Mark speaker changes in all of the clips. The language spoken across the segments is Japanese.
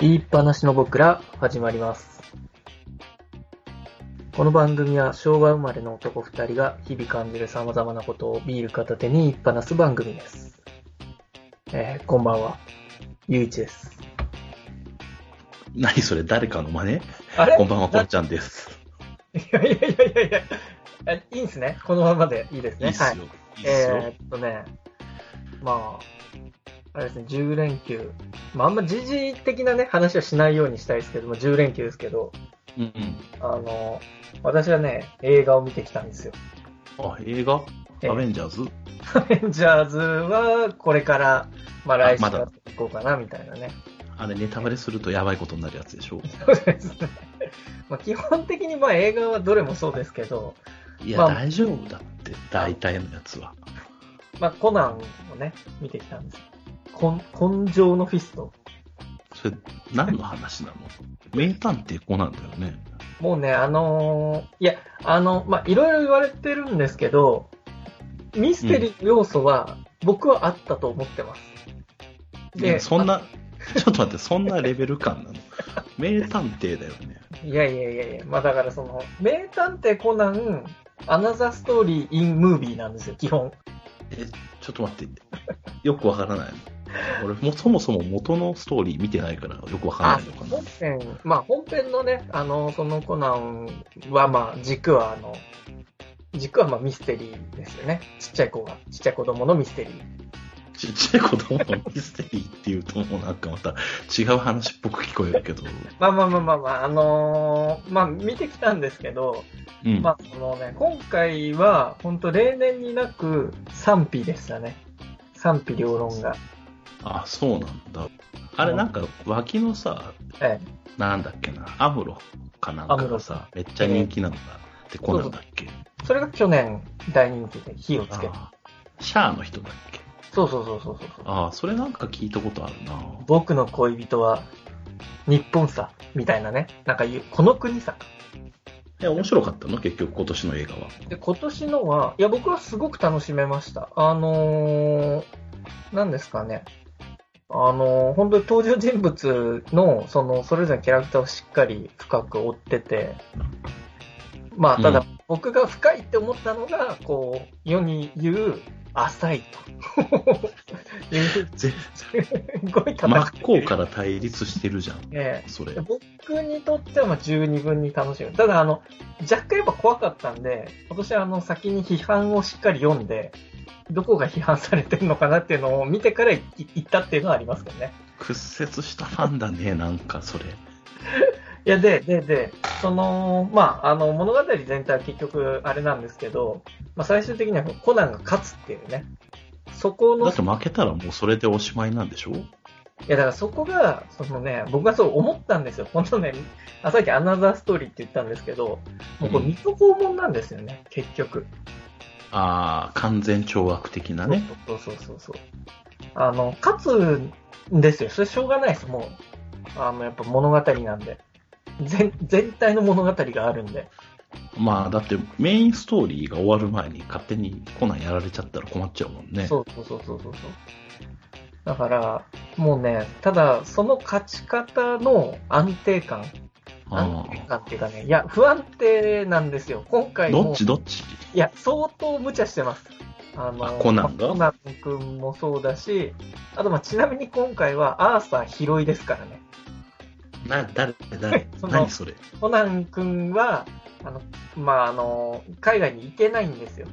Speaker 1: 言いっぱなしの僕ら始まります。この番組は昭和生まれの男2人が日々感じる様々なことをビール片手に言いっぱなす番組です。えー、こんばんは。ゆういちです。
Speaker 2: 何それ誰かの真似
Speaker 1: あれ
Speaker 2: こんばんは、こんちゃんです。
Speaker 1: いやいやいやいやいやえいいんすね。このままでいいです
Speaker 2: いい
Speaker 1: ね。
Speaker 2: っすよ。いいっすよ
Speaker 1: え。ー、っとね、まあ、あれですね、10連休。まあ、あんま時事的なね、話はしないようにしたいですけども、10連休ですけど、
Speaker 2: うんうん。
Speaker 1: あの、私はね、映画を見てきたんですよ。
Speaker 2: あ、映画
Speaker 1: えー
Speaker 2: アベンジャーズ
Speaker 1: アベンジャーズは、これから、まあ、来週
Speaker 2: まだ
Speaker 1: やっていこうかな、みたいなね。
Speaker 2: あれ、ネタバレするとやばいことになるやつでしょ。
Speaker 1: そうですね。まあ、基本的に、まあ、映画はどれもそうですけど、
Speaker 2: いや、
Speaker 1: まあ
Speaker 2: 大丈夫だって、大体のやつは。
Speaker 1: まあ、コナンをね、見てきたんですよ。こん根性のフィスト。
Speaker 2: それ、何の話なの名探偵コナンだよね。
Speaker 1: もうね、あのーいや、あの、まあ、いろいろ言われてるんですけど、ミステリーの要素は、僕はあったと思ってます。
Speaker 2: いやそんな、ちょっと待って、そんなレベル感なの名探偵だよね。
Speaker 1: いやいやいやいや、まあだからその、名探偵コナン、アナザーストーリーインムービーなんですよ、基本。
Speaker 2: え、ちょっと待って、よくわからない俺もそもそも元のストーリー見てないからよくわからないのかな
Speaker 1: 本。編、まあ本編のね、あの、そのコナンはまあ軸はあの、軸はまあミステリーですよね。ちっちゃい子が、ちっちゃい子供のミステリー。
Speaker 2: ちっちゃい子供のミステリーっていうともうなんかまた違う話っぽく聞こえるけど。
Speaker 1: まあまあまあまあまあ、あのーまあ見てきたんですけど、
Speaker 2: うん。
Speaker 1: まあそのね、今回は本当例年になく賛否でしたね。賛否両論が。
Speaker 2: あ、そうなんだ。あれなんか脇のさ、
Speaker 1: ええ
Speaker 2: なんだっけな、アムロかなんかがさ、めっちゃ人気なのだってコナンだっけ
Speaker 1: それが去年大人気で火をつけた。
Speaker 2: あーシャアの人だっけ
Speaker 1: そうそうそうそうそうそう。
Speaker 2: ああ、それなんか聞いたことあるな。
Speaker 1: 僕の恋人は日本さ、みたいなね。なんか言う、この国さ。
Speaker 2: え、面白かったの結局今年の映画は。
Speaker 1: で、今年のは、いや、僕はすごく楽しめました。あのー、なんですかね。あのー、本当に登場人物の、その、それぞれのキャラクターをしっかり深く追ってて、まあ、た
Speaker 2: う
Speaker 1: だ、僕が深いって思ったのが、こう、世に言う、浅いと。 いう
Speaker 2: ぜ
Speaker 1: すごい戦い
Speaker 2: 真っ向から対立してるじゃん。
Speaker 1: ええ
Speaker 2: それ。
Speaker 1: 僕にとってはまあ十二分に楽しむ。ただ、あの、若干やっぱ怖かったんで、今年はあの、先に批判をしっかり読んで、どこが批判されてるのかなっていうのを見てからい行ったっていうのはありますけどね。
Speaker 2: 屈折したファンだね、なんかそれ。
Speaker 1: いや、で、で、で、その、まあ、あの、物語全体は結局あれなんですけど、まあ、最終的にはコナンが勝つっていうね。そこの、
Speaker 2: だっ
Speaker 1: い
Speaker 2: て負けたらもうそれでおしまいなんでしょ
Speaker 1: や、だからそこが、そのね、僕がそう思ったんですよ。本当ね、あさっきアナザーストーリーって言ったんですけど、もうこれ水戸黄門なんですよね、結局。
Speaker 2: ああ、完全懲悪的なね。
Speaker 1: そうそうそうそう。あの、勝つんですよ。それしょうがないです、もう。あの、やっぱ物語なんで。全、全体の物語があるんで。
Speaker 2: まあ、だってメインストーリーが終わる前に勝手にコナンやられちゃったら困っちゃうもんね。
Speaker 1: そうそうそうそうそうそう。だから、もうね、ただ、その勝ち方の安定感。
Speaker 2: あ
Speaker 1: 安定感っていうかね、いや、不安定なんですよ。今
Speaker 2: あ
Speaker 1: 回も。
Speaker 2: どっちどっち
Speaker 1: いや、相当無茶してます。あの、
Speaker 2: あコナンが
Speaker 1: まあコナン君もそうだし、あと、まあ、ちなみに今回はアーサー広いですからね。
Speaker 2: な、誰、誰
Speaker 1: その
Speaker 2: 何それ
Speaker 1: コナン君は、あの、まあ、あの、海外に行けないんですよ。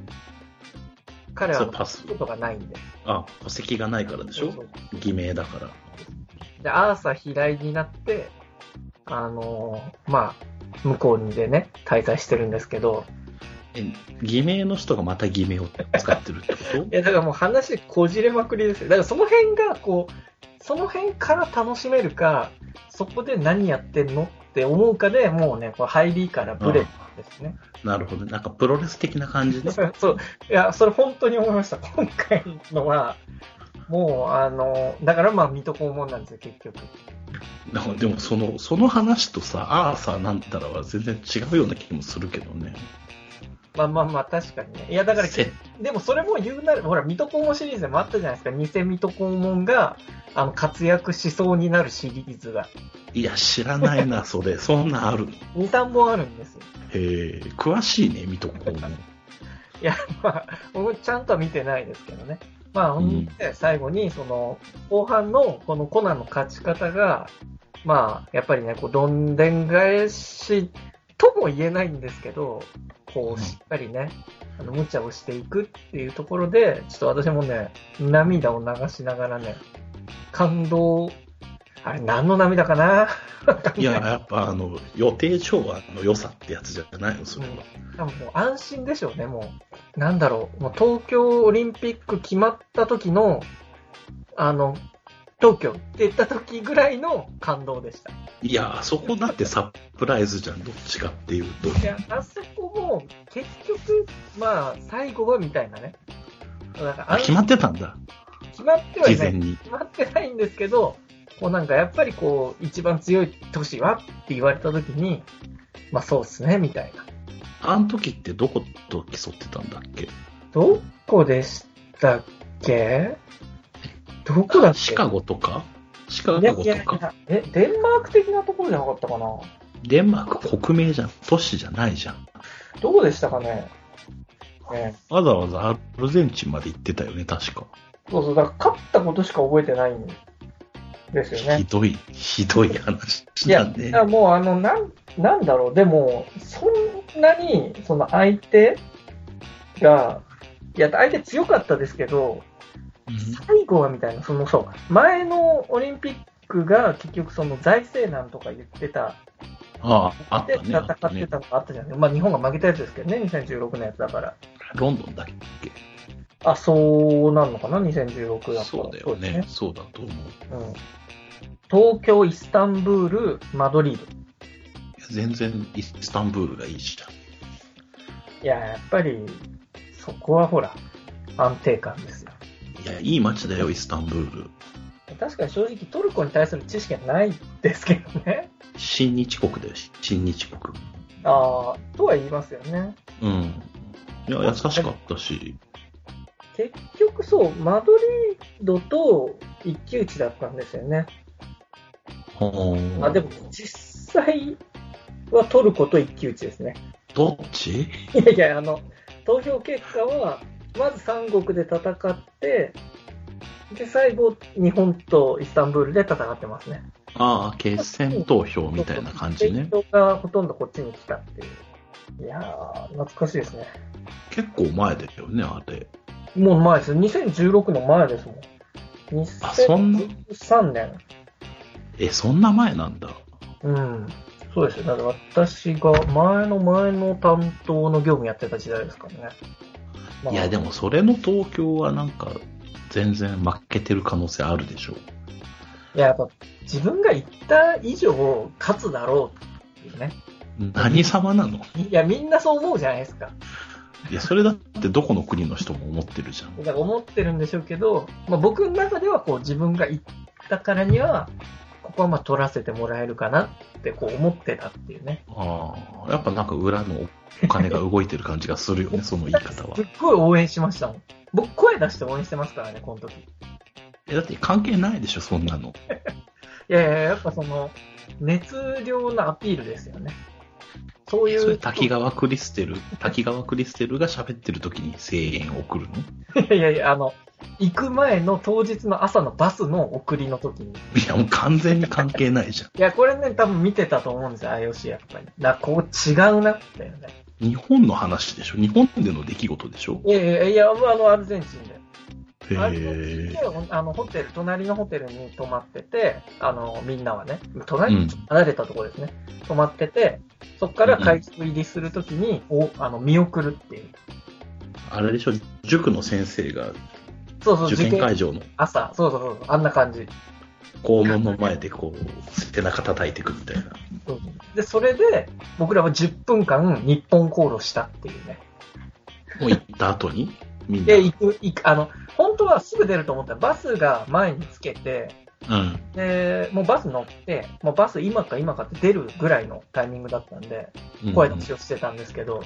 Speaker 1: 彼は
Speaker 2: そ
Speaker 1: あ
Speaker 2: れ
Speaker 1: の
Speaker 2: パス
Speaker 1: ことがないんで。
Speaker 2: あ、戸籍がないからでしょ
Speaker 1: そうそう
Speaker 2: 偽名だから。
Speaker 1: で、アーサー平井になって、あの、まあ、向こうにでね、滞在してるんですけど、
Speaker 2: え、偽名の人がまた偽名を使ってるってこと
Speaker 1: いや、だからもう話こじれまくりですよ。だからその辺が、こう、その辺から楽しめるか、そこで何やってんのって思うかで、もうね、こう入りからブレですね。
Speaker 2: なるほど。なんかプロレス的な感じ ね。
Speaker 1: そう。いや、それ本当に思いました。今回のは、もう、あの、だからまあ、水戸黄門なんですよ、結局。
Speaker 2: なんかでもその、その話とさ、アーサーなんたらは全然違うような気もするけどね。
Speaker 1: まあまあまあ、確かにね。いや、だから、
Speaker 2: せ
Speaker 1: でもそれも言うなら、ほら、水戸黄門シリーズでもあったじゃないですか。偽水戸黄門が、あの、活躍しそうになるシリーズが。
Speaker 2: いや、知らないな、それ。そんなんあるの。
Speaker 1: 2、3本あるんですよ。
Speaker 2: へえ、詳しいね、水戸黄門。
Speaker 1: いや、 まあ、僕ちゃんとは見てないですけどね。まあ、ほんで、最後に、その、後半の、このコナンの勝ち方が、まあ、やっぱりね、こう、どんでん返しとも言えないんですけど、こう、
Speaker 2: うん
Speaker 1: しっかりね、あの、無茶をしていくっていうところで、ちょっと私もね、涙を流しながらね、感動、あれ、何の涙かない
Speaker 2: や、やっぱあの、予定調和の良さってやつじゃないの、それは。
Speaker 1: 多分もう安心でしょうね、もう。なんだろう、もう東京オリンピック決まった時の、あの、東京って言った時ぐらいの感動でした。
Speaker 2: いや、あそこだってサプライズじゃん、どっちかっていうと。
Speaker 1: いや、あそこも、結局、まあ、最後はみたいなね。なんか
Speaker 2: あ
Speaker 1: あ
Speaker 2: 決まってたんだ、
Speaker 1: 決まってはい
Speaker 2: 事
Speaker 1: な
Speaker 2: 前
Speaker 1: い。
Speaker 2: に。
Speaker 1: 決まってないんですけど、こうなんかやっぱりこう、一番強い都市はって言われた時に、まあそうっすね、みたいな。
Speaker 2: あの時ってどこと競ってたんだっけ
Speaker 1: どこでしたっけどこだっけ
Speaker 2: シカゴとかシカゴ
Speaker 1: いやいや
Speaker 2: と
Speaker 1: い
Speaker 2: か
Speaker 1: やえ、デンマーク的なところじゃなかったかな
Speaker 2: デンマーク国名じゃん。都市じゃないじゃん。
Speaker 1: どこでしたかねね
Speaker 2: わざわざアルゼンチンまで行ってたよね、確か。
Speaker 1: そうそう、だから勝ったことしか覚えてないんですよ
Speaker 2: ひ
Speaker 1: ね。
Speaker 2: どい、ひどい話
Speaker 1: い
Speaker 2: だ
Speaker 1: や、
Speaker 2: ね
Speaker 1: い。やもうあの、なん、なんだろう、でも、そんなに、その相手が、いや、相手強かったですけど、
Speaker 2: うん
Speaker 1: 最後はみたいな、そのそう、前のオリンピックが結局その財政難とか言ってた
Speaker 2: ああ、あっ
Speaker 1: で
Speaker 2: たね。
Speaker 1: 戦
Speaker 2: あっ
Speaker 1: ったて
Speaker 2: ね
Speaker 1: たのがあったじゃない、まあ日本が負けたやつですけどね、2016のやつだから。
Speaker 2: ロンドンだっけ
Speaker 1: あ、そうなのかな、2016だと。
Speaker 2: そうだよね。そうだと思う。
Speaker 1: そうですねうん、東京、イスタンブール、マドリード。
Speaker 2: いや全然イスタンブールがいいじゃん。
Speaker 1: いや、やっぱり、そこはほら、安定感ですよ。
Speaker 2: いや、いい街だよ、イスタンブール。
Speaker 1: 確かに正直トルコに対する知識はないですけどね。
Speaker 2: 新日国だよ、新日国。
Speaker 1: ああ、とは言いますよね。
Speaker 2: うん。いや、優しかったし。
Speaker 1: 結局そう、マドリードと一騎打ちだったんですよね。あ、
Speaker 2: あ
Speaker 1: でも実際はトルコと一騎打ちですね。
Speaker 2: どっち
Speaker 1: いやいや、あの、投票結果は、まず三国で戦って、で、最後、日本とイスタンブールで戦ってますね。
Speaker 2: ああ、決選投票みたいな感じね。
Speaker 1: 人がほとんどこっちに来たっていう。いやー、懐かしいですね。
Speaker 2: 結構前だよね、あれ。
Speaker 1: もう前です。2016の前ですもん。
Speaker 2: あそんな
Speaker 1: 2013年。
Speaker 2: え、そんな前なんだ。
Speaker 1: うん。そうですよ。だから私が前の前の担当の業務やってた時代ですからね。まあ
Speaker 2: いや、でもそれの東京はなんか、全然負けてる可能性あるでしょう。
Speaker 1: いや、やっぱ自分が言った以上勝つだろうっていうね。
Speaker 2: 何様なの
Speaker 1: いや、みんなそう思うじゃないですか。
Speaker 2: いや、それだってどこの国の人も思ってるじゃん
Speaker 1: だ。から思ってるんでしょうけど、まあ、僕の中ではこう自分が言ったからには、ここはまあ取らせてもらえるかなってこう思ってたっていうね。
Speaker 2: ああ、やっぱなんか裏のお金が動いてる感じがするよ ね、その言い方は
Speaker 1: す。っごい応援しましたもん。僕声出して応援してますからね、この時。い
Speaker 2: え、だって関係ないでしょ、そんなの。
Speaker 1: やいや、やっぱその、熱量のアピールですよね。そうい
Speaker 2: それ
Speaker 1: う。
Speaker 2: 滝川クリステル、滝川クリステルが喋ってる時に声援を送るの
Speaker 1: いやいやいや、あの、行く前の当日の朝のバスの送りの時に。
Speaker 2: いや、もう完全に関係ないじゃ
Speaker 1: いや、これね、多分見てたと思うんですよ、IOC やっぱり。だからこう違うなってね。
Speaker 2: ん。日本の話でしょ日本での出来事でしょ
Speaker 1: いやいやいや、あの、アルゼンチンで。
Speaker 2: へ
Speaker 1: アルゼンチン
Speaker 2: え
Speaker 1: で。、あの、ホテル、隣のホテルに泊まってて、あの、みんなはね、隣、離れたところですね。泊まってて、そこから会室入りするときに、お、あの、見送るっていう。
Speaker 2: あれでしょ塾の先生が
Speaker 1: そうそう、
Speaker 2: 受験会場の
Speaker 1: 朝、そうそうそう、あんな感じ。
Speaker 2: 校門の前でこう、背中叩いてくみたいな。
Speaker 1: そうで、それで、僕らは10分間、日本航路したっていうね。
Speaker 2: もう行った後にみんな
Speaker 1: で、。行く、行く、あの、本当はすぐ出ると思ったら、バスが前につけて、
Speaker 2: うん。
Speaker 1: で、もうバス乗って、もうバス今か今かって出るぐらいのタイミングだったんで、
Speaker 2: うん
Speaker 1: 声出しをしてたんですけど、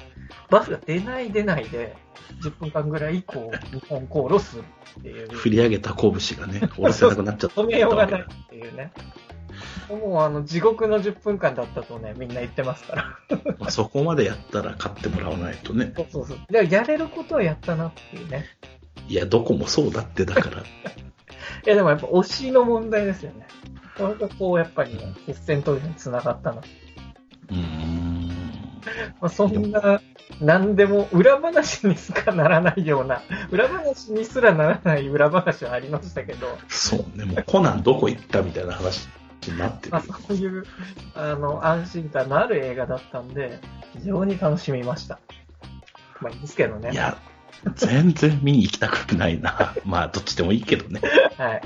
Speaker 1: バスが出ない出ないで、10分間ぐらい以降、日本航路するっていう、
Speaker 2: 振り上げた拳がね、 終わらせなくなっちゃっ
Speaker 1: 止
Speaker 2: たわけ
Speaker 1: め
Speaker 2: だ。
Speaker 1: ようがないっていうね。もうあの、地獄の10分間だったとね、みんな言ってますから。
Speaker 2: まあそこまでやったら勝ってもらわないとね。
Speaker 1: そうそうそう。でやれることはやったなっていうね。
Speaker 2: いや、どこも そうだってだから。
Speaker 1: いや、でもやっぱ推しの問題ですよね。これがこう、やっぱりね、決戦投票につながったな。
Speaker 2: うーん。
Speaker 1: まあ、そんな、なんでも裏話にしかならないような、裏話にすらならない裏話はありましたけど、
Speaker 2: そうね、もうコナンどこ行ったみたいな話になってる
Speaker 1: まあ、。そういう、あの、安心感のある映画だったんで、非常に楽しみました。まあ、いいですけどね。
Speaker 2: いや、全然見に行きたくないな。 まあ、どっちでもいいけどね。
Speaker 1: はい。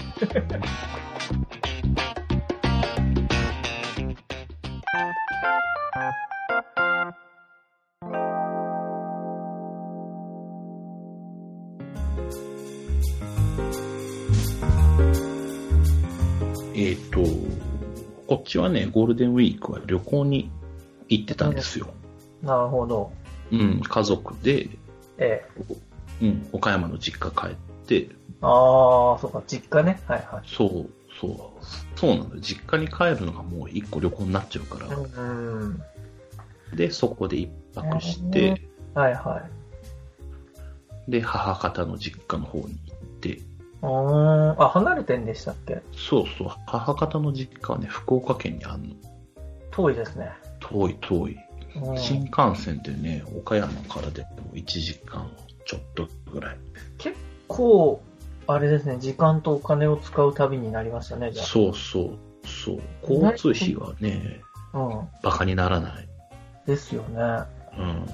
Speaker 2: えっ、と、こっちはね、ゴールデンウィークは旅行に行ってたんですよ。
Speaker 1: なるほど。
Speaker 2: うん、家族で、
Speaker 1: ええ。
Speaker 2: うん、岡山の実家帰って、
Speaker 1: ああ、そうか、実家ね。はいはい。
Speaker 2: そう、そう、そうなのよ。実家に帰るのがもう一個旅行になっちゃうから、
Speaker 1: うん。
Speaker 2: で、そこで一泊して、
Speaker 1: はいはい。
Speaker 2: で、母方の実家の方に行って、
Speaker 1: うーん。あ、離れてんでしたっけ
Speaker 2: そうそう、母方の実家はね、福岡県にあるの。
Speaker 1: 遠いですね。
Speaker 2: 遠い遠い。
Speaker 1: うん
Speaker 2: 新幹線でね、岡山からでも1時間ちょっとぐらい。
Speaker 1: こう、あれですね、時間とお金を使う旅になりましたね、じゃ
Speaker 2: そうそう、そう。交通費はね、
Speaker 1: あ。うん。
Speaker 2: バカにならない。
Speaker 1: ですよね。
Speaker 2: うん。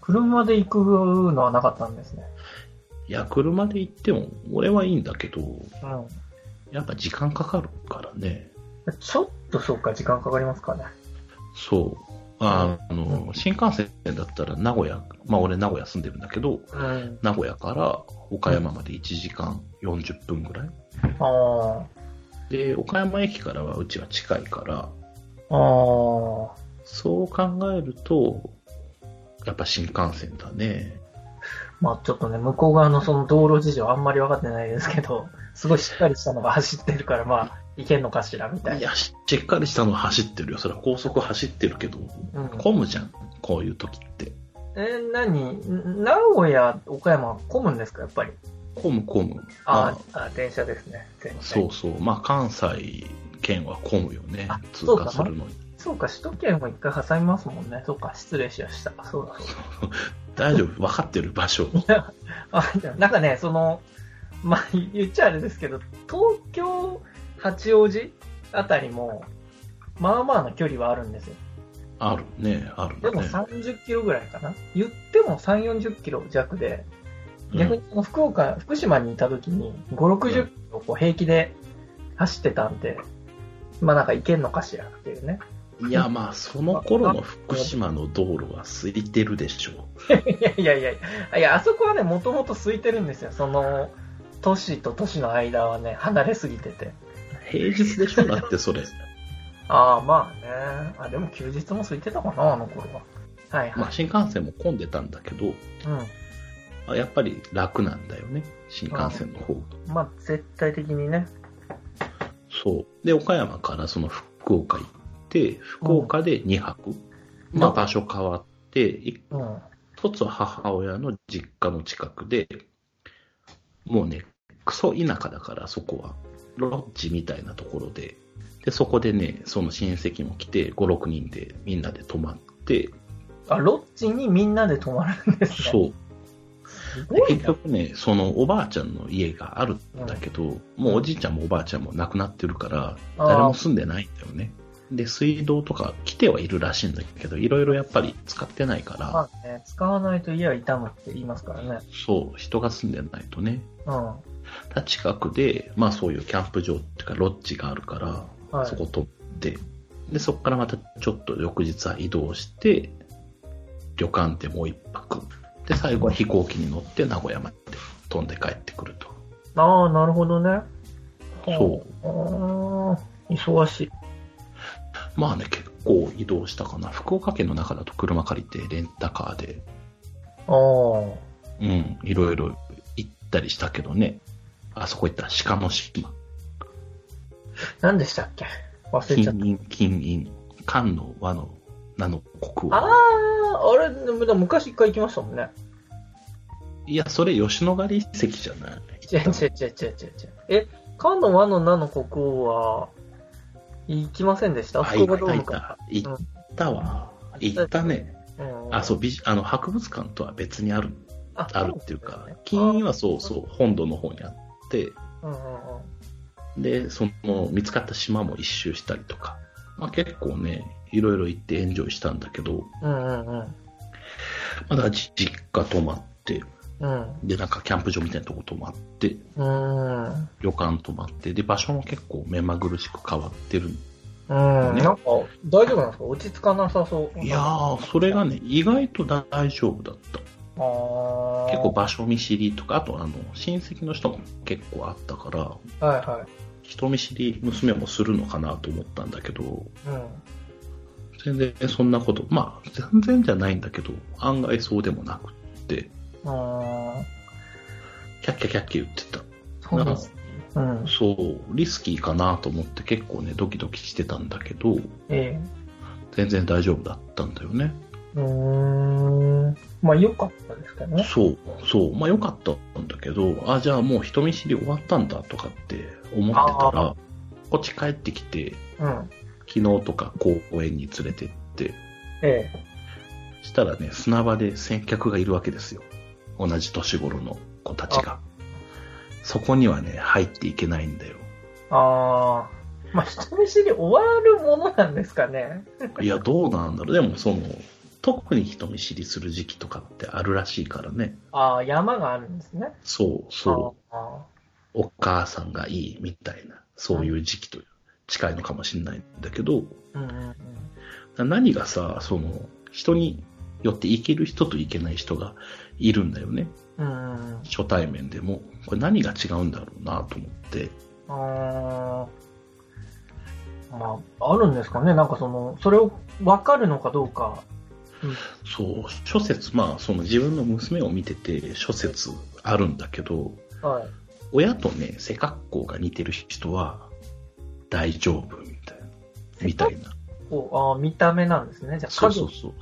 Speaker 1: 車で行くのはなかったんですね。
Speaker 2: いや、車で行っても、俺はいいんだけど、
Speaker 1: うん。
Speaker 2: やっぱ時間かかるからね。
Speaker 1: ちょっとそうか、時間かかりますかね。
Speaker 2: そう。ああの、新幹線だったら名古屋、まあ俺名古屋住んでるんだけど、
Speaker 1: うん。
Speaker 2: 名古屋から岡山まで1時間40分ぐらい。
Speaker 1: あ
Speaker 2: で、岡山駅からはうちは近いから、
Speaker 1: あ。ああ。
Speaker 2: そう考えると、やっぱ新幹線だね。
Speaker 1: まあちょっとね、向こう側のその道路事情あんまり分かってないですけど、すごいしっかりしたのが走ってるから、まあ、行けんのかしら、みたい
Speaker 2: い
Speaker 1: な。
Speaker 2: や、ししっかりしたのは走ってるよ。それは高速走ってるけど、
Speaker 1: うん、
Speaker 2: 混むじゃん、こういう時って。
Speaker 1: えー、何ん名古屋、岡山、混むんですか、やっぱり。
Speaker 2: 混む混む。
Speaker 1: あ
Speaker 2: まあ
Speaker 1: あ、電車ですね。電車
Speaker 2: そうそう。まあ、関西圏は混むよね
Speaker 1: あ。
Speaker 2: 通
Speaker 1: そうか
Speaker 2: 過するのに。
Speaker 1: そうか、首都圏も一回挟みますもんね。そうか、失礼しました。そうだ、そう
Speaker 2: 大丈夫、分かってる場所。
Speaker 1: だ。あ、でもなんかね、その、まあ、言っちゃあれですけど、東京、八王子あたりも、まあまあな距離はあるんですよ。
Speaker 2: あるね、あるね。
Speaker 1: でも30キロぐらいかな。言っても3、40キロ弱で、逆にその福岡、福島にいた時に5、60キロこう平気で走ってたんで、まあなんか行けんのかしらっていうね。
Speaker 2: うんいや、まあ、その頃の福島の道路は空いてるでしょ
Speaker 1: いやいやいやいや、いやあそこはね、もともと空いてるんですよ。その、都市と都市の間はね、離れすぎてて。
Speaker 2: う。平日でしょ、だってそ れ。
Speaker 1: ああ、まあね。あ、でも休日も空いてたかな、あの頃は。はいはい。
Speaker 2: まあ、新幹線も混んでたんだけど、あやっぱり楽なんだよね、新幹線の方が。
Speaker 1: うん。まあ、絶対的にね。
Speaker 2: そう。で、岡山からその福岡行って、福岡で2泊。まあ、場所変わって、一
Speaker 1: うん。
Speaker 2: つは母親の実家の近くで、もうね、クソ田舎だから、そこは。ロッジみたいなところで。で、そこでね、その親戚も来て、5、6人でみんなで泊まって、
Speaker 1: あ、ロッジにみんなで泊まるんですね。
Speaker 2: そう。
Speaker 1: す
Speaker 2: で
Speaker 1: ごい
Speaker 2: 結
Speaker 1: な。
Speaker 2: 局ね、そのおばあちゃんの家があるんだけど、もうおじいちゃんもおばあちゃんも亡くなってるから、
Speaker 1: あー
Speaker 2: 誰も住んでないんだよね。で、水道とか来てはいるらしいんだけど、いろいろやっぱり使ってないから、
Speaker 1: まあね、使わないと家は痛むって言いますからね。
Speaker 2: そう、人が住んでないとね。
Speaker 1: うん。
Speaker 2: だから近くで、まあそういうキャンプ場っていうか、ロッジがあるから、
Speaker 1: はい。
Speaker 2: そこ取って、で、そこからまたちょっと翌日は移動して、旅館でもう一泊。で、最後は飛行機に乗って名古屋まで飛んで帰ってくると。
Speaker 1: ああ、なるほどね。。
Speaker 2: そう
Speaker 1: あー忙しい。
Speaker 2: まあね、結構移動したかな。福岡県の中だと車借りて、レンタカーで、
Speaker 1: ああ。
Speaker 2: うん、いろいろ行ったりしたけどね。あそこ行ったら鹿の島、
Speaker 1: 何でしたっけ忘れ
Speaker 2: 金
Speaker 1: ちゃった。
Speaker 2: 印、金印、関の和の名の国
Speaker 1: あ
Speaker 2: 王。
Speaker 1: あ、あれ、でも昔一回行きましたもんね。
Speaker 2: いや、それ吉野ヶ里遺跡じゃない。
Speaker 1: 違う違う違う違う違う違う。え、菅野和の名の国王は、行きませんでした
Speaker 2: あ、
Speaker 1: 福
Speaker 2: 行
Speaker 1: 岡
Speaker 2: っ
Speaker 1: ドー
Speaker 2: た、行
Speaker 1: ム
Speaker 2: っ
Speaker 1: か
Speaker 2: た。行ったわ。行ったね。
Speaker 1: ら。うん
Speaker 2: あ、そう、美術あの、博物館とは別にある、
Speaker 1: あ
Speaker 2: あるっていうか、
Speaker 1: そう
Speaker 2: 金印はそうそう、本土の方にあって、
Speaker 1: うんうんうん
Speaker 2: で、その見つかった島も一周したりとか、まあ、結構ね、いろいろ行ってエンジョイしたんだけど、
Speaker 1: うんうんうん。
Speaker 2: まあだからじ実家泊まって、
Speaker 1: うん。
Speaker 2: で、なんかキャンプ場みたいなとこ泊まって、
Speaker 1: うん。
Speaker 2: 旅館泊まって、で、場所も結構目まぐるしく変わってる。
Speaker 1: うん。なんか、大丈夫なんですか落ち着かなさそう。
Speaker 2: いやー、それがね、意外と大丈夫だった。
Speaker 1: あー
Speaker 2: 結構場所見知りとか、あとあの、親戚の人も結構あったから、
Speaker 1: はいは
Speaker 2: 人見知り娘もするのかなと思ったんだけど、
Speaker 1: い。うん。
Speaker 2: 全然そんなこと、まあ、全然じゃないんだけど、案外そうでもなくって、
Speaker 1: あ
Speaker 2: キャッキャキャッキャ言ってた。
Speaker 1: ーそうです。うん。
Speaker 2: そう、リスキーかなと思って結構ね、ドキドキしてたんだけど、
Speaker 1: ええ。
Speaker 2: 全然大丈夫だったんだよね。
Speaker 1: うーん。まあ、良かったですけどね。
Speaker 2: そう、そう、まあ良かったんだけど、あ、じゃあもう人見知り終わったんだとかって思ってたら、こっち帰ってきて、
Speaker 1: うん。
Speaker 2: 昨日とか公園に連れてって、
Speaker 1: え
Speaker 2: したらね、砂場で先客がいるわけですよ。同じ年頃の子たちが。そこにはね、入っていけないんだよ。
Speaker 1: え。ああ。まあ、人見知り終わるものなんですかね。
Speaker 2: いや、どうなんだろう。でも、その、特に人見知りする時期とかってあるらしいからね。
Speaker 1: ああ、山があるんですね。
Speaker 2: そう、そう。
Speaker 1: あ
Speaker 2: お母さんがいいみたいな、そういう時期と近いのかもしれないんだけど、
Speaker 1: あ。うんうんうん。
Speaker 2: 何がさ、その、人によっていける人といけない人がいるんだよね。
Speaker 1: うんうんうん。
Speaker 2: 初対面でも。これ何が違うんだろうなと思って。
Speaker 1: あーまあ、あるんですかね、なんかその、それを分かるのかどうか。
Speaker 2: そう、諸説、まあ、その自分の娘を見てて、諸説あるんだけど、
Speaker 1: はい。
Speaker 2: 親とね、背格好が似てる人は、大丈夫みたいな。みたいな。
Speaker 1: こうあー見た目なんですね、じゃあ、
Speaker 2: そうそうそう。